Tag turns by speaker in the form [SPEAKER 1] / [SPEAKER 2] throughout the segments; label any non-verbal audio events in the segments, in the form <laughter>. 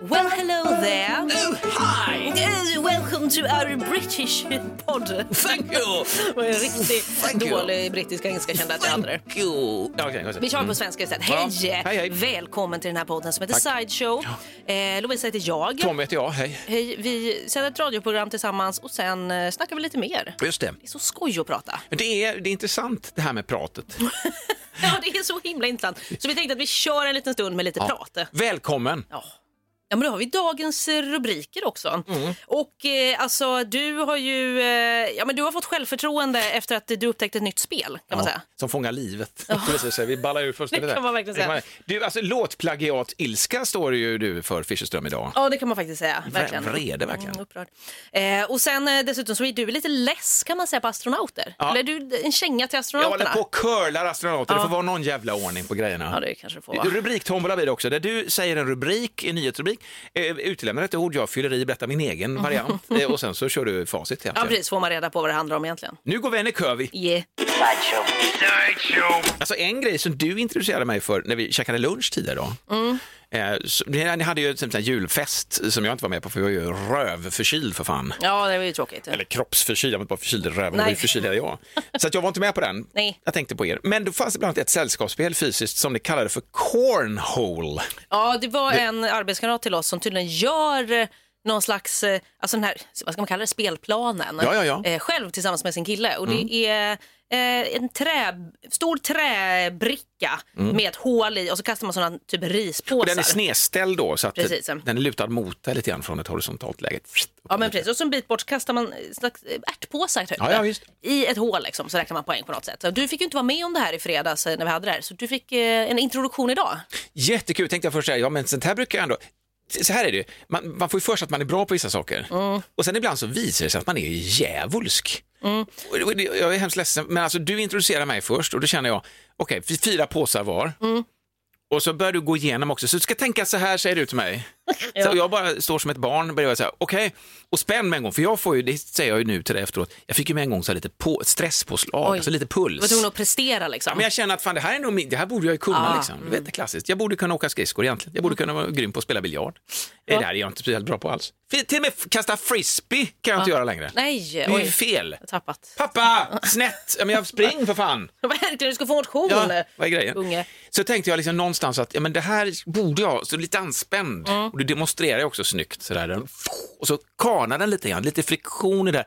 [SPEAKER 1] Well, hello there. Oh, hi. welcome to our British
[SPEAKER 2] <laughs>
[SPEAKER 1] pod.
[SPEAKER 2] Thank you!
[SPEAKER 1] Vad en riktigt
[SPEAKER 2] Thank you.
[SPEAKER 1] dålig brittisk engelska kände att jag hade det.
[SPEAKER 2] Thank you! Ja, okej, Mm. okej.
[SPEAKER 1] Vi kör på svenska istället.
[SPEAKER 2] Ja.
[SPEAKER 1] Hej!
[SPEAKER 2] Hej, hej.
[SPEAKER 1] Välkommen till den här podden som heter Sideshow. Eh, Lovisa heter jag.
[SPEAKER 2] Tom heter jag, hej.
[SPEAKER 1] Hej, vi sänder ett radioprogram tillsammans och sen eh, snackar vi lite mer. Det
[SPEAKER 2] Just det.
[SPEAKER 1] är så skoj att
[SPEAKER 2] <laughs>
[SPEAKER 1] prata.
[SPEAKER 2] Men det är, det är intressant det här med pratet.
[SPEAKER 1] Ja, det är så himla intressant. Så vi tänkte att vi kör en liten stund med lite prat.
[SPEAKER 2] Välkommen!
[SPEAKER 1] Ja. Ja, men då har vi dagens eh, rubriker också.
[SPEAKER 2] Mm.
[SPEAKER 1] Och eh, alltså, du har ju eh, ja, men du har fått självförtroende efter att du upptäckte ett nytt spel, kan man säga.
[SPEAKER 2] Som fångar livet. Precis, så vi ballar ur först.
[SPEAKER 1] Det kan man verkligen säga.
[SPEAKER 2] Du, alltså, låtplagiat ilska står ju du för Fischerström idag.
[SPEAKER 1] Ja, det kan man faktiskt säga. Verkligen.
[SPEAKER 2] vrede, verkligen.
[SPEAKER 1] Mm, upprörd. Eh, och sen eh, dessutom så är du lite less kan man säga på astronauter.
[SPEAKER 2] Ja.
[SPEAKER 1] Eller är du en känga till
[SPEAKER 2] Jag håller
[SPEAKER 1] astronauterna?
[SPEAKER 2] på och curlar astronauter, det får vara någon jävla ordning på grejerna.
[SPEAKER 1] Ja, det kanske det får vara.
[SPEAKER 2] Rubriktombola blir det också, där du säger en rubrik, en nyhetsrubrik, eh, utelämnar ett ord, jag fyller i, berättar min
[SPEAKER 1] <laughs>
[SPEAKER 2] egen variant eh, och sen så kör du facit.
[SPEAKER 1] Ja,
[SPEAKER 2] egentligen.
[SPEAKER 1] precis. Får man reda på vad det handlar om egentligen.
[SPEAKER 2] Nu går vi en i kö, vi.
[SPEAKER 1] Yeah.
[SPEAKER 2] Alltså en grej som du introducerade mig för när vi käkade lunch tidigare då. Eh, så, ni, ni hade ju typ en julfest som jag inte var med på för jag var ju rövförkyld för fan.
[SPEAKER 1] Ja, det var ju tråkigt.
[SPEAKER 2] Eller kroppsförkyld, jag var inte bara förkyld i röven, jag var ju
[SPEAKER 1] Nej.
[SPEAKER 2] förkyld hela jag. Så att jag var inte med på den.
[SPEAKER 1] Nej.
[SPEAKER 2] Jag tänkte på er. Men då fanns det bland annat ett sällskapsspel fysiskt som ni kallade för cornhole.
[SPEAKER 1] Ja, det var en arbetskamrat till oss som tydligen gör eh, någon slags, eh, alltså den här, vad ska man kalla det, spelplanen
[SPEAKER 2] Ja, ja, ja. Mm.
[SPEAKER 1] Eh, själv tillsammans med sin kille. Och det är eh, en trä, stor träbricka med ett hål i och så kastar man sådana typ rispåsar.
[SPEAKER 2] Mm. Och den är snedställd då så att
[SPEAKER 1] Precis.
[SPEAKER 2] den är lutad mot dig lite grann från ett horisontalt läge.
[SPEAKER 1] Ja men precis, och så en bit bort så kastar man eh, slags eh, ärtpåsar typ,
[SPEAKER 2] Ja, ja, visst.
[SPEAKER 1] i ett hål liksom, så räknar man poäng på något sätt. Så Du fick ju inte vara med om det här i fredags eh, när vi hade det här, så du fick eh, en introduktion idag.
[SPEAKER 2] Jättekul, tänkte jag först, så här, ja men sånt här brukar jag ändå så här är det ju, man, man får ju för sig att man är bra på vissa saker och sen ibland så visar det sig att man är djävulsk. Och- och det- Jag är hemskt ledsen, men alltså du introducerar mig först och då känner jag, okej, vi fyra påsar var och så börjar du gå igenom också, så du ska tänka så här säger du till mig. Så jag bara står som ett barn och börjar säga, okej, och spänn med en gång, för jag får ju, det säger jag ju nu till dig efteråt, jag fick ju med en gång så här lite på, stresspåslag, alltså lite
[SPEAKER 1] Du
[SPEAKER 2] puls.
[SPEAKER 1] var tvungen att prestera liksom.
[SPEAKER 2] Ja, men jag känner att fan, det, här är nog min, det här borde jag ju kunna.
[SPEAKER 1] Ah,
[SPEAKER 2] liksom. Du vet, det är klassiskt. Jag borde kunna åka skridskor egentligen. Jag borde kunna vara grym på att spela biljard. Eh, Det här är jag inte speciellt bra på alls. F- Till och med f- kasta frisbee kan jag inte göra längre.
[SPEAKER 1] Ah. Nej,
[SPEAKER 2] det är ju
[SPEAKER 1] oj,
[SPEAKER 2] fel.
[SPEAKER 1] jag har tappat.
[SPEAKER 2] Pappa, snett! Ja, men jag spring för fan!
[SPEAKER 1] <laughs> Verkligen, du ska få motion.
[SPEAKER 2] Ja, vad är grejen?
[SPEAKER 1] Unge.
[SPEAKER 2] Så tänkte jag liksom någonstans att ja, men det här borde jag, så lite anspänd.
[SPEAKER 1] Mm.
[SPEAKER 2] Och du demonstrerar ju också snyggt. Sådär. Och så kanar den lite grann, lite friktion i det där.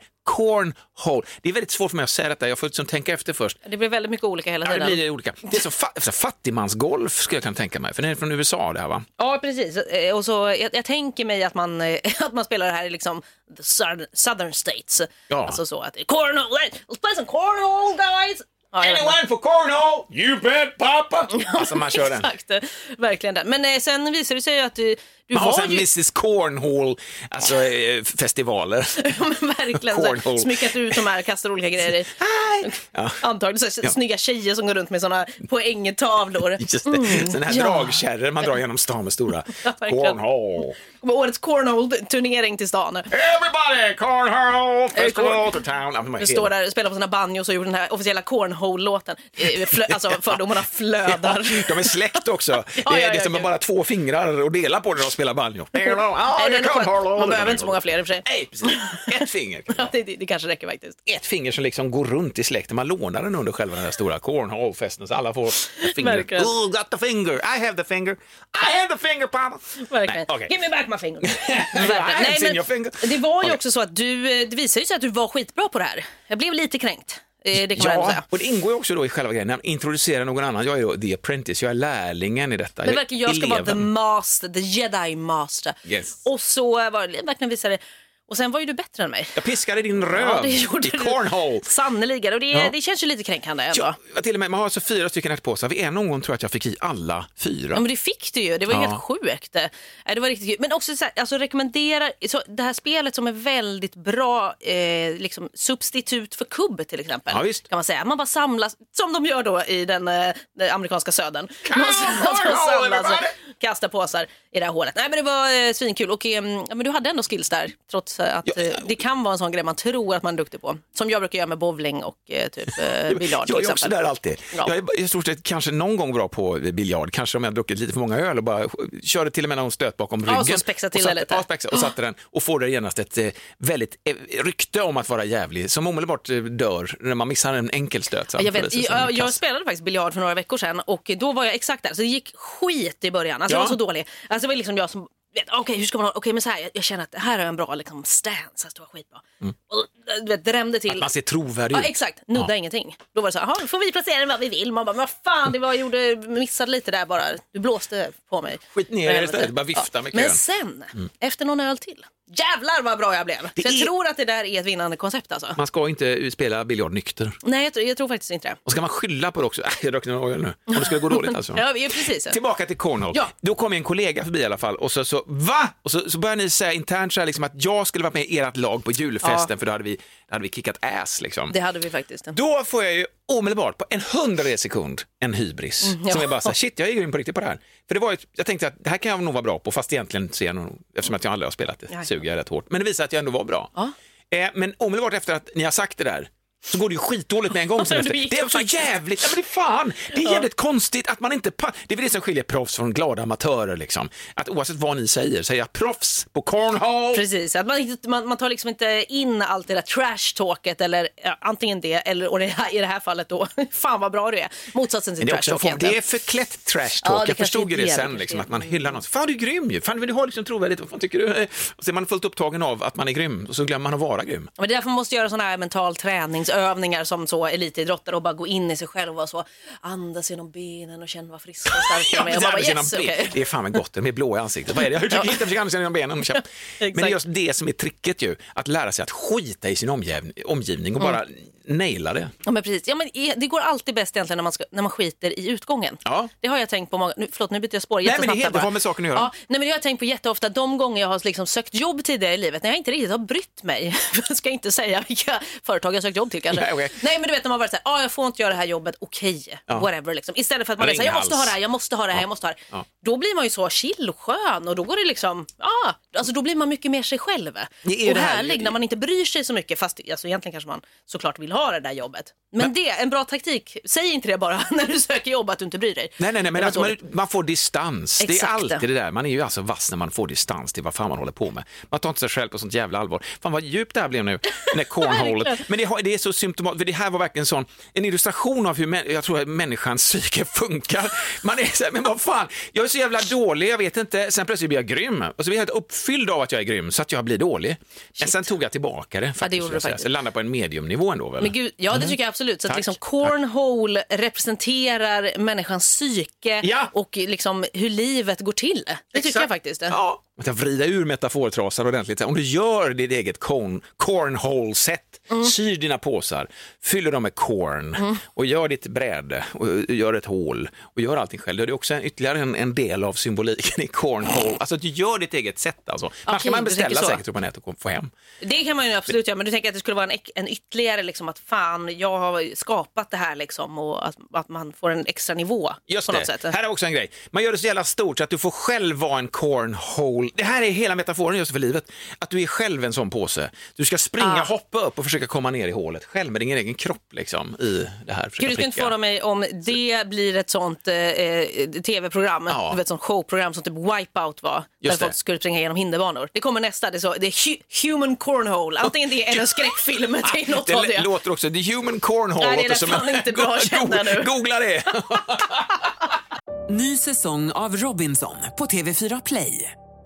[SPEAKER 2] Cornhole. Det är väldigt svårt för mig att säga detta, jag får liksom tänka efter först.
[SPEAKER 1] Det blir väldigt mycket olika hela
[SPEAKER 2] Ja, det
[SPEAKER 1] tiden.
[SPEAKER 2] blir det olika. Det är som fa- alltså, fattigmansgolf skulle jag kunna tänka mig, för den är från USA det här va?
[SPEAKER 1] Ja, precis. Eh, Och så, jag, jag tänker mig att man, eh, <laughs> att man spelar det här i liksom the southern, southern states.
[SPEAKER 2] Ja.
[SPEAKER 1] Alltså så att cornhole, let's play some cornhole guys! Ja, jag vet inte.
[SPEAKER 2] for cornhole? You bet pappa! Alltså man kör den.
[SPEAKER 1] <laughs> Exakt, eh, verkligen den. Men eh, sen visar det sig ju att du, du
[SPEAKER 2] Man har
[SPEAKER 1] var
[SPEAKER 2] sån
[SPEAKER 1] ju... <laughs>
[SPEAKER 2] Mrs Cornhole, alltså eh, festivaler.
[SPEAKER 1] Men verkligen så här,
[SPEAKER 2] Cornhole.
[SPEAKER 1] smyckat ut de här, kastar olika grejer
[SPEAKER 2] <laughs>
[SPEAKER 1] i.
[SPEAKER 2] Hi! Ja,
[SPEAKER 1] Antagligen så här,
[SPEAKER 2] Ja.
[SPEAKER 1] snygga tjejer som går runt med såna
[SPEAKER 2] <laughs>
[SPEAKER 1] poängtavlor.
[SPEAKER 2] just det. Sådana här
[SPEAKER 1] Mm, ja.
[SPEAKER 2] dragkärror man drar genom stan med stora.
[SPEAKER 1] <laughs> Ja, verkligen.
[SPEAKER 2] Cornhole.
[SPEAKER 1] Årets cornhole-turnering till stan.
[SPEAKER 2] Everybody cornhole
[SPEAKER 1] corn-
[SPEAKER 2] festival to town. Ja, men
[SPEAKER 1] Du
[SPEAKER 2] vad
[SPEAKER 1] står
[SPEAKER 2] är det?
[SPEAKER 1] där och spelar på sina banjos och gjorde den här officiella cornhole-låten. Eh,
[SPEAKER 2] <laughs>
[SPEAKER 1] flö- Alltså fördomarna flödar.
[SPEAKER 2] De
[SPEAKER 1] <laughs>
[SPEAKER 2] är släkt också. Det
[SPEAKER 1] ja,
[SPEAKER 2] är,
[SPEAKER 1] ja,
[SPEAKER 2] det är som
[SPEAKER 1] ja.
[SPEAKER 2] bara två fingrar och dela på när de spelar banjo. Oh,
[SPEAKER 1] Nej, den är skön. Man behöver inte så många fler i och för sig.
[SPEAKER 2] Nej, precis. Ett finger.
[SPEAKER 1] <laughs> Ja, Det, det, det kanske räcker faktiskt.
[SPEAKER 2] ett finger som liksom går runt i släkten. Man lånar den under själva den där stora cornhole-festen så alla får ett finger.
[SPEAKER 1] Verkligen.
[SPEAKER 2] Oh, got the finger! I have the finger! I have the finger, pappa! <laughs>
[SPEAKER 1] Verkligen.
[SPEAKER 2] Nej, okej.
[SPEAKER 1] Give me back my
[SPEAKER 2] <laughs>
[SPEAKER 1] finger.
[SPEAKER 2] haven't seen your finger.
[SPEAKER 1] det var ju
[SPEAKER 2] Okej.
[SPEAKER 1] också så att du, eh, det visade ju sig att du var skitbra på det här. Jag blev lite kränkt. Eh, Det kan man ändå
[SPEAKER 2] Ja,
[SPEAKER 1] säga.
[SPEAKER 2] och det ingår ju också då i själva grejen, när man introducerar någon annan. Jag är ju the apprentice, jag är lärlingen i detta.
[SPEAKER 1] Det verkar jag ska vara the
[SPEAKER 2] eleven.
[SPEAKER 1] master, the jedi master.
[SPEAKER 2] Yes.
[SPEAKER 1] Och så var det verkligen visade Och sen var ju du bättre än mig.
[SPEAKER 2] Jag piskade din röv
[SPEAKER 1] Ja, det
[SPEAKER 2] i
[SPEAKER 1] gjorde du.
[SPEAKER 2] cornhole.
[SPEAKER 1] Sannerligen, och det,
[SPEAKER 2] Ja.
[SPEAKER 1] det känns ju lite kränkande ändå.
[SPEAKER 2] Ja,
[SPEAKER 1] Ja.
[SPEAKER 2] till och med, man har alltså fyra stycken ärtpåsar. Vid en omgång tror jag att jag fick i alla fyra.
[SPEAKER 1] men det fick du ju, det var ju
[SPEAKER 2] Ja.
[SPEAKER 1] helt sjukt. Nej, det var riktigt kul. Men också så här, alltså rekommenderar, så det här spelet som är väldigt bra eh, liksom substitut för kubb till exempel.
[SPEAKER 2] Ja, visst.
[SPEAKER 1] Kan man säga. Man bara samlas, som de gör då i den, eh, den amerikanska södern. Man
[SPEAKER 2] on,
[SPEAKER 1] samlas
[SPEAKER 2] everybody!
[SPEAKER 1] och kastar påsar i det här hålet. Nej men det var eh, svinkul och eh, ja, men du hade ändå skills där trots eh, att
[SPEAKER 2] Ja,
[SPEAKER 1] eh, det kan vara en sån grej man tror att man är duktig på. Som jag brukar göra med bowling och eh, typ eh, biljard till
[SPEAKER 2] Jag är också
[SPEAKER 1] exempel.
[SPEAKER 2] där alltid.
[SPEAKER 1] Ja.
[SPEAKER 2] Jag är i stort sett kanske någon gång bra på biljard, kanske om jag har druckit lite för många öl och bara körde till och med någon stöt bakom
[SPEAKER 1] Ja,
[SPEAKER 2] ryggen.
[SPEAKER 1] och så spexa till
[SPEAKER 2] och satte,
[SPEAKER 1] det lite. Ah.
[SPEAKER 2] Ja, spexa, och satte den och får där genast ett eh, väldigt eh, rykte om att vara jävlig som omedelbart eh, dör när man missar en enkel stöt.
[SPEAKER 1] Ja, Jag, vet,
[SPEAKER 2] samtidigt som en
[SPEAKER 1] jag, jag
[SPEAKER 2] kass.
[SPEAKER 1] spelade faktiskt biljard för några veckor sedan och då var jag exakt där. Så det gick skit i början. Alltså, Jag
[SPEAKER 2] Ja.
[SPEAKER 1] var så dålig. Alltså, det var liksom jag som... vet, Okej, hur ska man... Okej, men så här. Jag, jag känner att det här är en bra liksom, stance. Alltså, det var skitbra. Och, du vet, drämde till.
[SPEAKER 2] Mm. Att man ser trovärdig
[SPEAKER 1] Ja,
[SPEAKER 2] ut.
[SPEAKER 1] exakt. Nudda
[SPEAKER 2] Ja.
[SPEAKER 1] ingenting. Då var det så här, "Jaha, nu får vi placera den vad vi vill. Man bara, men vad fan, det var, jag gjorde, missade lite där bara. Du blåste på mig.
[SPEAKER 2] Skit ner er
[SPEAKER 1] Men-
[SPEAKER 2] istället, bara vifta med
[SPEAKER 1] Men
[SPEAKER 2] kön. Mm.
[SPEAKER 1] sen, efter någon öl till, jävlar vad bra jag blev.
[SPEAKER 2] Det
[SPEAKER 1] så jag
[SPEAKER 2] är-
[SPEAKER 1] tror att det där är ett vinnande koncept alltså.
[SPEAKER 2] Man ska inte spela biljard nykter.
[SPEAKER 1] Nej, jag, tror- jag tror faktiskt inte det.
[SPEAKER 2] Och ska man skylla på det också. <laughs> Äh, jag drack några öl nu. Om det skulle gå dåligt alltså.
[SPEAKER 1] Ja, ja, precis.
[SPEAKER 2] Tillbaka till cornhole.
[SPEAKER 1] Ja.
[SPEAKER 2] Då kom en kollega förbi i alla fall och så, så va? Och så, så började ni säga internt så här liksom att jag skulle varit med i ert lag på julfesten för då hade vi, då hade vi kickat ass liksom.
[SPEAKER 1] Det hade vi faktiskt.
[SPEAKER 2] Då får jag ju omedelbart på en hundradels sekund en hybris
[SPEAKER 1] Mm, ja.
[SPEAKER 2] som är bara så här, shit jag är grym på riktigt på det här. För det var ju, jag tänkte att det här kan jag nog vara bra på fast egentligen ser jag nog, eftersom att jag aldrig har spelat det,
[SPEAKER 1] Ja.
[SPEAKER 2] suger jag rätt hårt. Men det visar att jag ändå var bra.
[SPEAKER 1] Ja.
[SPEAKER 2] Eh, men omedelbart efter att ni har sagt det där så går det ju skitdåligt med
[SPEAKER 1] <laughs>
[SPEAKER 2] en gång sen
[SPEAKER 1] Ja,
[SPEAKER 2] efter.
[SPEAKER 1] det gick
[SPEAKER 2] Det är
[SPEAKER 1] det
[SPEAKER 2] så
[SPEAKER 1] faktiskt.
[SPEAKER 2] jävligt, ja, men det är fan, det är jävligt konstigt att man inte, pa- det är väl det som skiljer proffs från glada amatörer liksom. Att oavsett vad ni säger, säger jag proffs på cornhole.
[SPEAKER 1] Precis, att man, inte- man, man tar liksom inte in allt det där trash-talket eller ja, antingen det eller och det här, i det här fallet då, <laughs> fan vad bra du är. Motsatsen till
[SPEAKER 2] Men det, är också en
[SPEAKER 1] trash-talk
[SPEAKER 2] form, det är
[SPEAKER 1] egentligen.
[SPEAKER 2] förklätt trash talk.
[SPEAKER 1] Ja, det
[SPEAKER 2] jag
[SPEAKER 1] kanske
[SPEAKER 2] förstod ju
[SPEAKER 1] är
[SPEAKER 2] det
[SPEAKER 1] det,
[SPEAKER 2] sen,
[SPEAKER 1] det
[SPEAKER 2] liksom,
[SPEAKER 1] kanske
[SPEAKER 2] att man hyllar någon. Fan, du är grym ju. Fan, men du har liksom trovärdighet. Vad fan tycker du? Och så är man fullt upptagen av att man är grym och så glömmer man att vara grym.
[SPEAKER 1] Men det är därför man måste göra sådana här mental träningsövningar som så elitidrottare och bara gå in i sig själv och vara så andas genom benen och känna vad frisk och stark jag
[SPEAKER 2] Ja,
[SPEAKER 1] är. Och
[SPEAKER 2] det,
[SPEAKER 1] man bara,
[SPEAKER 2] här med sina
[SPEAKER 1] yes,
[SPEAKER 2] ben.
[SPEAKER 1] okej.
[SPEAKER 2] det är fan vad gott, de är blå i ansiktet. Vad är det? Jag försöker hitta försöker andas genom benen.
[SPEAKER 1] <laughs>
[SPEAKER 2] Men det är just det som är tricket ju, att lära sig att skita i sin omgivning, omgivning
[SPEAKER 1] Mm.
[SPEAKER 2] och bara naila det.
[SPEAKER 1] Ja, men precis. Ja, men i- det går alltid bäst egentligen när man, ska, när man skiter i utgången.
[SPEAKER 2] Ja.
[SPEAKER 1] Det har jag tänkt på många... Nu, förlåt, nu byter jag spår
[SPEAKER 2] men det är
[SPEAKER 1] jättesnabbt
[SPEAKER 2] helt-
[SPEAKER 1] här bara.
[SPEAKER 2] det har med saken att göra.
[SPEAKER 1] Ja, nej, men det har jag tänkt på jätteofta. De gånger jag har liksom sökt jobb tidigare i livet när jag inte riktigt har brytt mig. <laughs> jag ska inte säga vilka företag jag sökt jobb till kanske.
[SPEAKER 2] Nej, okej.
[SPEAKER 1] men du vet när man varit så här, ah, jag får inte göra det här jobbet, okej, whatever. Liksom. Istället för att man är så här, jag
[SPEAKER 2] Ringhals.
[SPEAKER 1] måste ha det här, jag måste ha det här, jag måste ha det här.
[SPEAKER 2] Ja.
[SPEAKER 1] Då blir man ju så chill och skön och då går det liksom, ah, alltså då blir man mycket mer sig själv.
[SPEAKER 2] Det är
[SPEAKER 1] och
[SPEAKER 2] det här-
[SPEAKER 1] härlig när man inte bryr sig så mycket, fast alltså, egentligen kanske man såklart vill ha det där jobbet. Men, det, en bra taktik, säg inte det bara <laughs> när du söker jobb att du inte bryr dig.
[SPEAKER 2] Nej, nej, nej, men
[SPEAKER 1] Det var
[SPEAKER 2] alltså, man,
[SPEAKER 1] dåligt.
[SPEAKER 2] man får distans. Det är
[SPEAKER 1] Exakt.
[SPEAKER 2] alltid det där. Man är ju alltså vass när man får distans till vad fan man håller på med. Man tar inte sig själv på sånt jävla allvar. Fan vad djupt det här blev nu,
[SPEAKER 1] <laughs>
[SPEAKER 2] när cornholet.
[SPEAKER 1] Verkligen.
[SPEAKER 2] men det, har- det är så symptomatiskt, för det här var verkligen sån, en illustration av hur mä- jag tror att människans psyke funkar. Man är så här, men vad fan, jag är så jävla dålig, jag vet inte. Sen plötsligt blir jag grym och så blir jag helt uppfylld av att jag är grym så att jag blir dålig. Men sen tog jag tillbaka det faktiskt.
[SPEAKER 1] Ja, det gjorde
[SPEAKER 2] skulle jag
[SPEAKER 1] du
[SPEAKER 2] säga.
[SPEAKER 1] faktiskt.
[SPEAKER 2] Så jag landade på en mediumnivå ändå. Väl?
[SPEAKER 1] Men gud, ja, det tycker jag absolut. Så att
[SPEAKER 2] Mm. Tack.
[SPEAKER 1] liksom cornhole representerar människans psyke
[SPEAKER 2] Ja.
[SPEAKER 1] och liksom hur livet går till. Det tycker jag faktiskt.
[SPEAKER 2] Ja. Att jag vrida ur metafortrasan ordentligt. Om du gör ditt eget corn, cornhole-set,
[SPEAKER 1] Mm.
[SPEAKER 2] syr dina påsar, fyller dem med corn och gör ditt bräde och eh, gör ett hål och gör allting själv. Då är det också en, ytterligare en, en del av symboliken
[SPEAKER 1] <clears throat>
[SPEAKER 2] i cornhole. Alltså att du gör ditt eget set alltså. Annars
[SPEAKER 1] Okej,
[SPEAKER 2] kan man
[SPEAKER 1] du tänker
[SPEAKER 2] beställa
[SPEAKER 1] så.
[SPEAKER 2] säkert på nätet och få hem.
[SPEAKER 1] Det kan man ju absolut göra, men du tänker att det skulle vara en, ek- en ytterligare liksom att fan, jag har skapat det här liksom och att, att man får en extra nivå
[SPEAKER 2] Just
[SPEAKER 1] på något
[SPEAKER 2] det.
[SPEAKER 1] sätt.
[SPEAKER 2] Här är också en grej. Man gör det så jävla stort så att du får själv vara en cornhole. Det här är hela metaforen just för livet. Att du är själv en sån påse. Du ska springa,
[SPEAKER 1] Ah.
[SPEAKER 2] hoppa upp och försöka komma ner i hålet själv med din egen kropp liksom i det här. Försöka
[SPEAKER 1] Gud, du ska inte
[SPEAKER 2] pricka.
[SPEAKER 1] förvåna mig om det blir ett sånt eh, eh, tv-program,
[SPEAKER 2] Ja.
[SPEAKER 1] du vet sånt showprogram som typ Wipeout var,
[SPEAKER 2] Just
[SPEAKER 1] där
[SPEAKER 2] det.
[SPEAKER 1] folk skulle springa igenom hinderbanor. Det kommer nästa, det är, så, det är hu- Human Cornhole, antingen det
[SPEAKER 2] <laughs>
[SPEAKER 1] eller en skräckfilm, det är något
[SPEAKER 2] det
[SPEAKER 1] av
[SPEAKER 2] lå-
[SPEAKER 1] det.
[SPEAKER 2] låter också, the human cornhole.
[SPEAKER 1] Nej, det
[SPEAKER 2] låter
[SPEAKER 1] lät fan inte bra, känner jag nu.
[SPEAKER 2] Googla det. <laughs>
[SPEAKER 3] Ny säsong av Robinson på TV4 Play.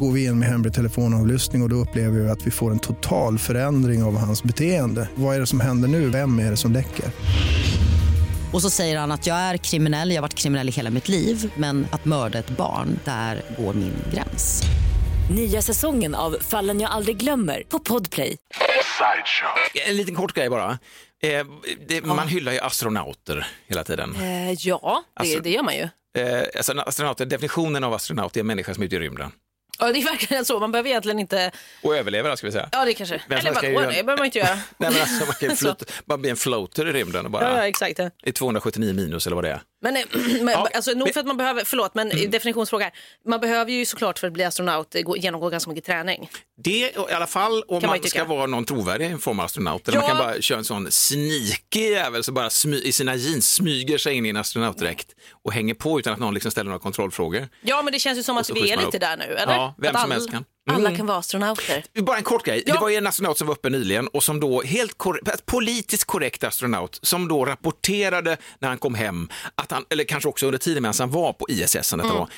[SPEAKER 4] Går vi in med hemlig telefonavlyssning och, och då upplever vi att vi får en total förändring av hans beteende. Vad är det som händer nu? Vem är det som läcker?
[SPEAKER 5] Och så säger han att jag är kriminell, jag har varit kriminell i hela mitt liv men att mörda ett barn, där går min gräns.
[SPEAKER 6] Nya säsongen av Fallen jag aldrig glömmer på Podplay.
[SPEAKER 2] En liten kort grej bara. Eh, det, Man hyllar ju astronauter hela tiden.
[SPEAKER 1] Eh, ja, det,
[SPEAKER 2] Alltså-
[SPEAKER 1] det gör man ju.
[SPEAKER 2] Eh, alltså, astronauter, definitionen av astronaut är en människa som är ute i rymden
[SPEAKER 1] Ja, det är verkligen så. Man behöver egentligen inte...
[SPEAKER 2] och överlever, ska vi säga.
[SPEAKER 1] Ja, det kanske...
[SPEAKER 2] Vem
[SPEAKER 1] Eller
[SPEAKER 2] fan ska
[SPEAKER 1] vadå,
[SPEAKER 2] jag göra-
[SPEAKER 1] det behöver man inte göra.
[SPEAKER 2] <laughs> Nej, men alltså, man kan ju
[SPEAKER 1] <laughs> Så.
[SPEAKER 2] float, man blir en floater i rymden
[SPEAKER 1] Ja,
[SPEAKER 2] och bara
[SPEAKER 1] ja, exakt. Ja.
[SPEAKER 2] i 279 minus eller vad det är.
[SPEAKER 1] Men, eh, <clears throat> men
[SPEAKER 2] Ja, Mm.
[SPEAKER 1] alltså, nog
[SPEAKER 2] men-
[SPEAKER 1] för att man behöver, förlåt, men eh, definitionsfråga här. Man behöver ju såklart för att bli astronaut eh, gå, genomgå ganska mycket träning.
[SPEAKER 2] Det i alla fall om
[SPEAKER 1] Kan man
[SPEAKER 2] man,
[SPEAKER 1] ju tycka.
[SPEAKER 2] ska vara någon trovärdig i form av astronaut. Eller
[SPEAKER 1] Ja.
[SPEAKER 2] Man kan bara köra en sån sneaky jävel som bara smy, i sina jeans smyger sig in i en astronautdräkt och hänger på utan att någon liksom ställer några kontrollfrågor.
[SPEAKER 1] Ja, men det känns ju som att
[SPEAKER 2] så
[SPEAKER 1] vi
[SPEAKER 2] skjuts
[SPEAKER 1] är
[SPEAKER 2] man
[SPEAKER 1] lite
[SPEAKER 2] upp.
[SPEAKER 1] där nu, eller?
[SPEAKER 2] Ja, vem
[SPEAKER 1] att
[SPEAKER 2] som
[SPEAKER 1] alla-
[SPEAKER 2] helst kan. Mm.
[SPEAKER 1] Alla kan vara astronauter.
[SPEAKER 2] Bara en kort grej.
[SPEAKER 1] Ja.
[SPEAKER 2] Det var ju en astronaut som var uppe nyligen och som då helt korrekt, politiskt korrekt astronaut som då rapporterade när han kom hem, att han, eller kanske också under tiden medan han var på ISS, detta
[SPEAKER 1] Mm.
[SPEAKER 2] var,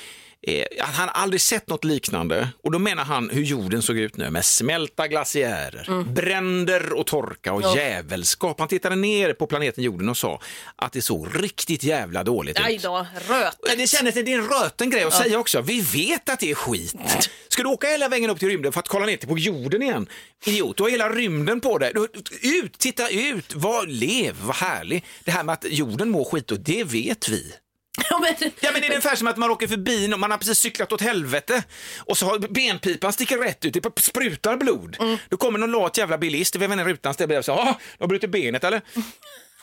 [SPEAKER 2] eh, att han aldrig sett något liknande. Och då menar han hur jorden såg ut nu med smälta glaciärer,
[SPEAKER 1] Mm.
[SPEAKER 2] bränder och torka och djävulskap. Han tittade ner på planeten jorden och sa att det såg riktigt jävla dåligt
[SPEAKER 1] Aj
[SPEAKER 2] ut.
[SPEAKER 1] då, röt.
[SPEAKER 2] Ja, Det kändes, det är en röten grej att säga också. Vi vet att det är skit. Ska du åka hela vägen upp till rymden för att kolla ner till på jorden igen? Idiot, du har hela rymden på dig. Du- Ut, titta ut, var, lev, vad härlig. Det här med att jorden mår skit och det vet vi.
[SPEAKER 1] Ja, men, <laughs>
[SPEAKER 2] Ja men det är ungefär som att man åker förbi någon, man har precis cyklat åt helvete och så har benpipan sticker rätt ut, det p- sprutar blod.
[SPEAKER 1] Mm.
[SPEAKER 2] Då kommer någon lat jävla bilist, väver ner rutan, ställer sig och säger, "Ah, du har brutit benet eller?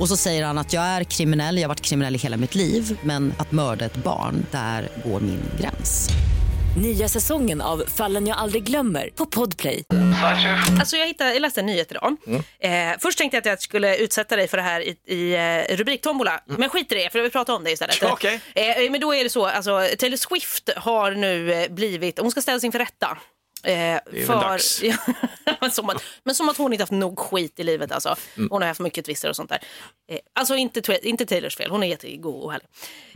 [SPEAKER 5] Och så säger han att jag är kriminell, jag har varit kriminell i hela mitt liv men att mörda ett barn, där går min gräns.
[SPEAKER 6] Nya säsongen av Fallen jag aldrig glömmer på Podplay.
[SPEAKER 1] Alltså jag, hittade, jag läste en nyhet idag.
[SPEAKER 2] Mm.
[SPEAKER 1] Eh, först tänkte jag att jag skulle utsätta dig för det här i, i eh, rubriktombola, men skit i det för jag vill prata om det istället.
[SPEAKER 2] Mm. Okej.
[SPEAKER 1] Eh, men då är det så, alltså, Taylor Swift har nu eh, blivit, hon ska ställas inför rätta. Eh,
[SPEAKER 2] väl dags.
[SPEAKER 1] <laughs> Ja, men, som att, men som att hon inte haft nog skit i livet alltså.
[SPEAKER 2] Mm.
[SPEAKER 1] Hon har haft mycket twister och sånt där. Eh, alltså inte, Tw- inte Taylors fel, hon är jättegod och härlig.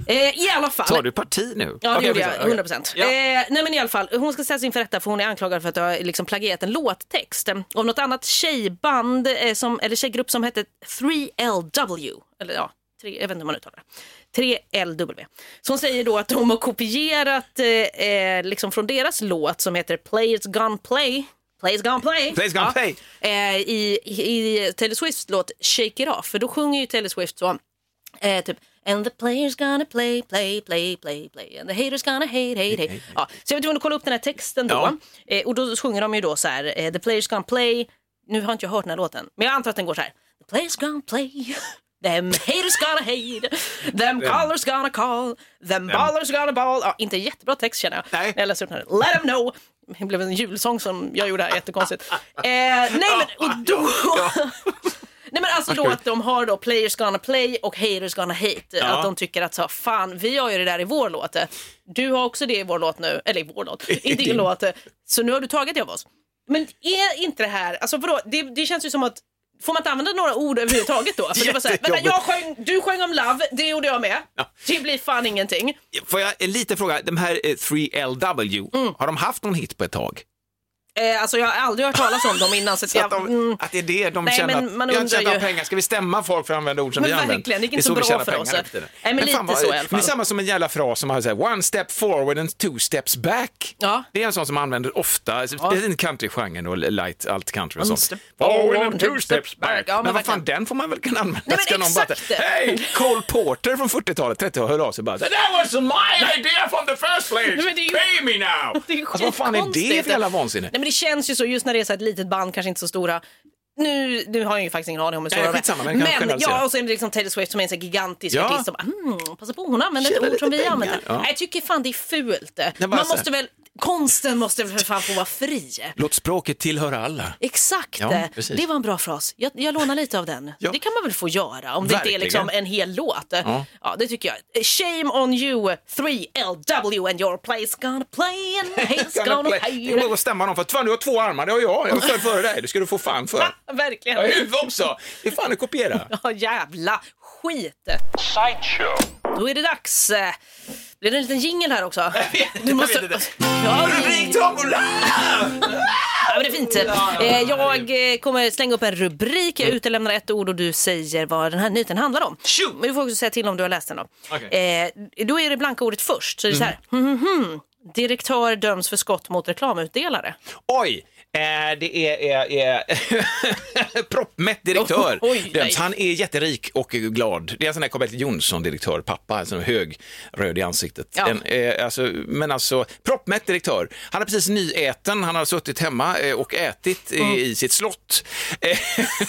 [SPEAKER 1] Eh, I alla fall.
[SPEAKER 2] Tar du parti nu?
[SPEAKER 1] Ja, det
[SPEAKER 2] Okej,
[SPEAKER 1] gjorde jag.
[SPEAKER 2] okej.
[SPEAKER 1] 100 procent.
[SPEAKER 2] Ja.
[SPEAKER 1] Eh, nej, men i alla fall. Hon ska ställas inför rätta för hon är anklagad för att ha liksom plagierat en låttext av något annat tjejband eh, som, eller tjejgrupp som hette 3LW. Eller ja, tre, jag vet inte hur man uttalar det. 3LW. Så hon säger då att de har kopierat eh, eh, liksom från deras låt som heter Players Gone Play. Play's gone play.
[SPEAKER 2] Play's Gone Play.
[SPEAKER 1] Eh, i, I Taylor Swifts låt Shake It Off. För då sjunger ju Taylor Swift så. Eh, typ And the players gonna play, play, play, play, play And the haters gonna hate, hate, hate ja, Så jag var tvungen att kolla upp den här texten då
[SPEAKER 2] Ja.
[SPEAKER 1] eh, Och då sjunger de ju då så här eh, The players gonna play Nu har inte jag hört den här låten Men jag antar att den går så här The players gonna play <laughs> Them haters gonna hate Them callers gonna call Them ballers gonna ball ja, Inte jättebra text känner jag
[SPEAKER 2] Nej.
[SPEAKER 1] Jag läser upp den här Let them know Det <laughs> blev en julsång som jag gjorde här, jättekonstigt eh, Nej men och då <laughs> Nej men alltså då att de har då players gonna play och haters gonna hate. Att de tycker att så, fan vi har ju det där i vår låt. Du har också det i vår låt nu, eller i vår låt, <laughs> i din låt. Så nu har du tagit det av oss. Men är inte det här, alltså vadå, det, det känns ju som att Får man inte använda några ord överhuvudtaget då? För det var så här, vänta, jag sjöng, du sjöng om love, det gjorde jag med. Det blir fan ingenting.
[SPEAKER 2] Får jag en liten fråga? De här eh, 3LW,
[SPEAKER 1] Mm.
[SPEAKER 2] har de haft någon hit på ett tag?
[SPEAKER 1] Eh, alltså jag har aldrig hört talas om dem innan. Så att
[SPEAKER 2] Så att,
[SPEAKER 1] jag,
[SPEAKER 2] de,
[SPEAKER 1] mm,
[SPEAKER 2] att det är det de
[SPEAKER 1] Nej,
[SPEAKER 2] känner
[SPEAKER 1] men man
[SPEAKER 2] att, jag har inte
[SPEAKER 1] undrar
[SPEAKER 2] tjänat några
[SPEAKER 1] ju.
[SPEAKER 2] pengar, ska vi stämma folk för att använda ord som
[SPEAKER 1] Men
[SPEAKER 2] vi använder?
[SPEAKER 1] verkligen, det gick inte
[SPEAKER 2] är
[SPEAKER 1] så
[SPEAKER 2] vi
[SPEAKER 1] bra
[SPEAKER 2] tjänar
[SPEAKER 1] för
[SPEAKER 2] pengar
[SPEAKER 1] oss.
[SPEAKER 2] nu för tiden.
[SPEAKER 1] Nej, men lite
[SPEAKER 2] vad-
[SPEAKER 1] så i alla fall.
[SPEAKER 2] Det är samma som en jävla fras som har så här, one step forward and two steps back.
[SPEAKER 1] Ja.
[SPEAKER 2] Det är en sån som man använder ofta, speciellt i countrygenren och light, allt country och
[SPEAKER 1] One
[SPEAKER 2] sånt.
[SPEAKER 1] step forward and two steps back. Ja,
[SPEAKER 2] men,
[SPEAKER 1] men
[SPEAKER 2] vad fan,
[SPEAKER 1] verkligen.
[SPEAKER 2] den får man väl kunna använda?
[SPEAKER 1] men
[SPEAKER 2] Ska någon bara
[SPEAKER 1] exakt.
[SPEAKER 2] säga, Hej, Cole Porter från 40-talet, 30-talet, hörde av sig bara. That was my idea from the first
[SPEAKER 1] Nej,
[SPEAKER 2] place!
[SPEAKER 1] men det är ju-
[SPEAKER 2] Pay me now!
[SPEAKER 1] <laughs> Det är ju
[SPEAKER 2] alltså, vad fan är det
[SPEAKER 1] skitkonstigt.
[SPEAKER 2] för jävla vansinne?
[SPEAKER 1] Nej men det känns ju så just när det är så här ett litet band, kanske inte så stora. Nu, nu har jag ju faktiskt ingen aning om hur
[SPEAKER 2] Nej,
[SPEAKER 1] stora
[SPEAKER 2] skitsamma, men
[SPEAKER 1] men,
[SPEAKER 2] kan generalisera.
[SPEAKER 1] ja, och så är det liksom Taylor Swift som är en så här gigantisk
[SPEAKER 2] Ja.
[SPEAKER 1] artist som bara, mm, passa på hon använder
[SPEAKER 2] Tjäna
[SPEAKER 1] ett ord som
[SPEAKER 2] lite
[SPEAKER 1] vi
[SPEAKER 2] pengar.
[SPEAKER 1] använder.
[SPEAKER 2] Ja.
[SPEAKER 1] Nej, Jag tycker fan det är fult.
[SPEAKER 2] bara
[SPEAKER 1] Man
[SPEAKER 2] så här-
[SPEAKER 1] måste väl, konsten måste väl för fan få vara fri.
[SPEAKER 2] Låt språket tillhöra alla.
[SPEAKER 1] Exakt,
[SPEAKER 2] Ja, precis.
[SPEAKER 1] det var en bra fras. Jag, jag lånar lite av den.
[SPEAKER 2] Ja.
[SPEAKER 1] Det kan man väl få göra om det inte är
[SPEAKER 2] Verkligen.
[SPEAKER 1] liksom en hel låt. Ja. det tycker jag. Shame on you 3LW and your place gonna play and
[SPEAKER 2] <laughs>
[SPEAKER 1] he's gonna
[SPEAKER 2] Det
[SPEAKER 1] pay.
[SPEAKER 2] <laughs> går att stämma någon för att fan du har två armar, det har jag. Jag var född före dig, det ska du få fan för. Jag har
[SPEAKER 1] <laughs> Verkligen.
[SPEAKER 2] huvud också! Det är fan att kopiera.
[SPEAKER 1] Ja, jävla skit. Då är det dags. Blir det en liten jingle här också? Du
[SPEAKER 2] <laughs> jag vet inte.
[SPEAKER 1] Ja,
[SPEAKER 2] Rubrik tombola!
[SPEAKER 1] Ja, men det är fint. Eh, Jag eh, kommer slänga upp en rubrik,
[SPEAKER 2] Mm.
[SPEAKER 1] jag utelämnar ett ord och du säger vad den här nyheten handlar om.
[SPEAKER 2] Shoot!
[SPEAKER 1] Men du får också säga till om du har läst den då.
[SPEAKER 2] Okej. Mm.
[SPEAKER 1] Eh, Då är det blanka ordet först, så det är så här. Mhm. Direktör döms för skott mot reklamutdelare.
[SPEAKER 2] Oj! Eh, det är, är, är <laughs> proppmätt direktör.
[SPEAKER 1] <laughs> Oj, oj,
[SPEAKER 2] Döms.
[SPEAKER 1] nej.
[SPEAKER 2] Han är jätterik och glad. Det är en sån där Karl-Bertil Jonsson-direktör, pappa, alltså en hög, röd i ansiktet.
[SPEAKER 1] Ja.
[SPEAKER 2] En, eh, alltså, men alltså, proppmätt direktör. Han är precis nyäten, han har suttit hemma eh, och ätit eh,
[SPEAKER 1] Mm.
[SPEAKER 2] i sitt slott. <laughs> Eh,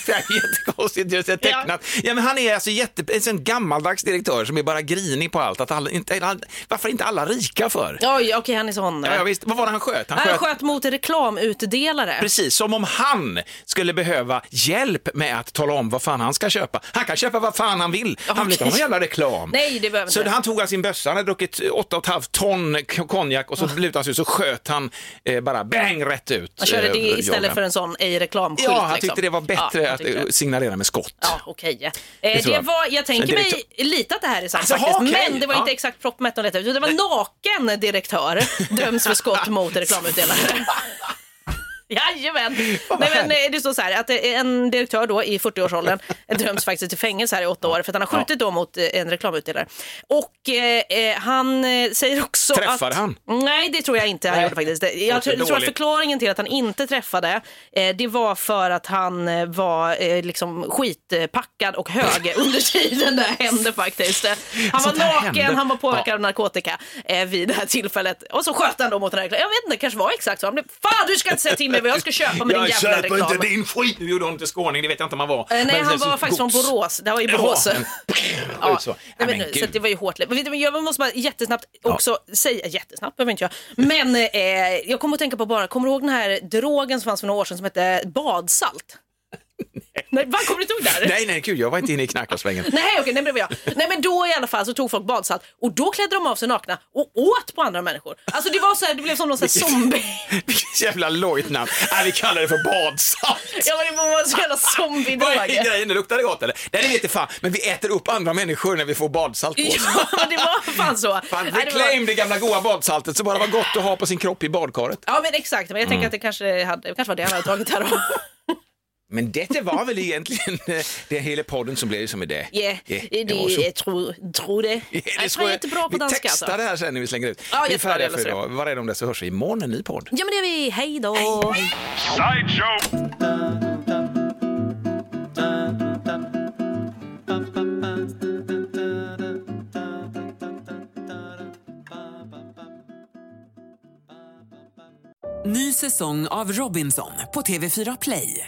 [SPEAKER 2] det här är jättekonstigt, just det är tecknat. Ja. men han är alltså jätte, en sån gammaldags direktör som är bara grinig på allt. Att alla, inte, alla, varför är inte alla rika för?
[SPEAKER 1] Oj, okej han är sån.
[SPEAKER 2] Ja, ja, visst. Vad var det han sköt?
[SPEAKER 1] Han sköt mot en reklamutdelare.
[SPEAKER 2] Precis, som om han skulle behöva hjälp med att tala om vad fan han ska köpa. Han kan köpa vad fan han vill. Han vill inte ha någon jävla reklam.
[SPEAKER 1] Nej, det behöver
[SPEAKER 2] så
[SPEAKER 1] inte.
[SPEAKER 2] han tog av sin bössa, han hade druckit 8,5 ton k- konjak och så lutade han sig ut så sköt han eh, bara bang rätt ut.
[SPEAKER 1] Ah. Han körde det
[SPEAKER 2] eh,
[SPEAKER 1] istället
[SPEAKER 2] jorden.
[SPEAKER 1] för en sån ej reklamskylt.
[SPEAKER 2] Ja, han
[SPEAKER 1] liksom.
[SPEAKER 2] tyckte det var bättre
[SPEAKER 1] Ja, han
[SPEAKER 2] att
[SPEAKER 1] tyckte
[SPEAKER 2] eh,
[SPEAKER 1] det.
[SPEAKER 2] signalera med skott.
[SPEAKER 1] Ja, okej. Eh,
[SPEAKER 2] tror
[SPEAKER 1] det
[SPEAKER 2] jag.
[SPEAKER 1] var, jag tänker
[SPEAKER 2] En
[SPEAKER 1] mig lite att det här är sant
[SPEAKER 2] Alltså,
[SPEAKER 1] faktiskt,
[SPEAKER 2] ha, okej.
[SPEAKER 1] men det var
[SPEAKER 2] Ja.
[SPEAKER 1] inte exakt proppmätt de letade ut. utan Det var naken direktör döms för skott mot
[SPEAKER 2] <laughs>
[SPEAKER 1] reklamutdelare. Jajamän! Nej, men, eh, det står så här att eh, en direktör då i 40-årsåldern döms faktiskt till fängelse här i åtta år för att han har skjutit då mot eh, en reklamutdelare. Och eh, eh, han eh, säger också
[SPEAKER 2] Träffade
[SPEAKER 1] att...
[SPEAKER 2] han?
[SPEAKER 1] Nej, det tror jag inte han gjorde faktiskt. Det- Jag
[SPEAKER 2] Låter
[SPEAKER 1] tror tror att
[SPEAKER 2] dåligt.
[SPEAKER 1] förklaringen till att han inte träffade, eh, det var för att han eh, var eh, liksom skitpackad och
[SPEAKER 2] <laughs>
[SPEAKER 1] hög under tiden det här hände faktiskt. Eh, Han var
[SPEAKER 2] Sånt här
[SPEAKER 1] naken,
[SPEAKER 2] händer.
[SPEAKER 1] han var påverkad av narkotika eh, vid det här tillfället. Och så sköt han då mot den här reklamen. Jag vet inte, det kanske var exakt så. Han blev, fan du ska inte säga till mig vad jag ska köpa med din jävla reklam.
[SPEAKER 2] din skit! Nu gjorde hon inte skåning, det vet jag inte om han var.
[SPEAKER 1] Eh, Nej,
[SPEAKER 2] Men
[SPEAKER 1] han
[SPEAKER 2] det är
[SPEAKER 1] var
[SPEAKER 2] så
[SPEAKER 1] faktiskt
[SPEAKER 2] gods.
[SPEAKER 1] från Borås. Det här var ju
[SPEAKER 2] <laughs>
[SPEAKER 1] Borås.
[SPEAKER 2] Ja, men-
[SPEAKER 1] Ja.
[SPEAKER 2] Ut så.
[SPEAKER 1] Nej, men,
[SPEAKER 2] Nej, men
[SPEAKER 1] så att det
[SPEAKER 2] gud.
[SPEAKER 1] var ju hårt. Men vet du, jag måste bara jättesnabbt också säga, jättesnabbt behöver inte jag, men eh, jag kommer att tänka på bara, kommer du ihåg den här drogen som fanns för några år sedan som hette badsalt? Nej, vad kommer du inte ihåg det här?
[SPEAKER 2] Nej, nej, gud, jag var inte inne i knarkarsvängen.
[SPEAKER 1] Nej okej, nej, men det var jag. Nej men då i alla fall så tog folk badsalt och då klädde de av sig nakna och åt på andra människor. Alltså det var så här, det blev som någon sån här zombie.
[SPEAKER 2] <laughs> Vilket jävla lojt namn. Nej, vi kallar det för badsalt.
[SPEAKER 1] Ja men det var en sån jävla
[SPEAKER 2] <laughs> Vad är
[SPEAKER 1] zombie-drog.
[SPEAKER 2] grejen? Det luktar det gott eller? Nej, det vet jag fan. Men vi äter upp andra människor när vi får badsalt på oss.
[SPEAKER 1] Ja men det var fan så.
[SPEAKER 2] <laughs> Fan,
[SPEAKER 1] Nej, det var-
[SPEAKER 2] reclaim det gamla goa badsaltet som bara var gott att ha på sin kropp i badkaret.
[SPEAKER 1] Ja men exakt, men jag
[SPEAKER 2] Mm.
[SPEAKER 1] tänker att det kanske, hade, det kanske var det han hade tagit
[SPEAKER 2] <laughs>
[SPEAKER 1] här då.
[SPEAKER 2] Men detta var väl egentligen <laughs> eh, det hela podden som blev som idé.
[SPEAKER 1] Ja, det,
[SPEAKER 2] var <laughs> så.
[SPEAKER 1] jag tror, tror det.
[SPEAKER 2] Ja, det
[SPEAKER 1] jag
[SPEAKER 2] tror
[SPEAKER 1] tror jag är inte bra på
[SPEAKER 2] vi
[SPEAKER 1] danska
[SPEAKER 2] textar
[SPEAKER 1] alltså.
[SPEAKER 2] det här sen när vi slänger ut.
[SPEAKER 1] Ja,
[SPEAKER 2] vi är
[SPEAKER 1] jättebra,
[SPEAKER 2] färdiga
[SPEAKER 1] jag
[SPEAKER 2] för
[SPEAKER 1] löser
[SPEAKER 2] idag. Var rädd om det så hörs vi imorgon, en ny podd.
[SPEAKER 1] Ja men det är vi, hej då!
[SPEAKER 3] Ny säsong av Robinson på TV4 Play.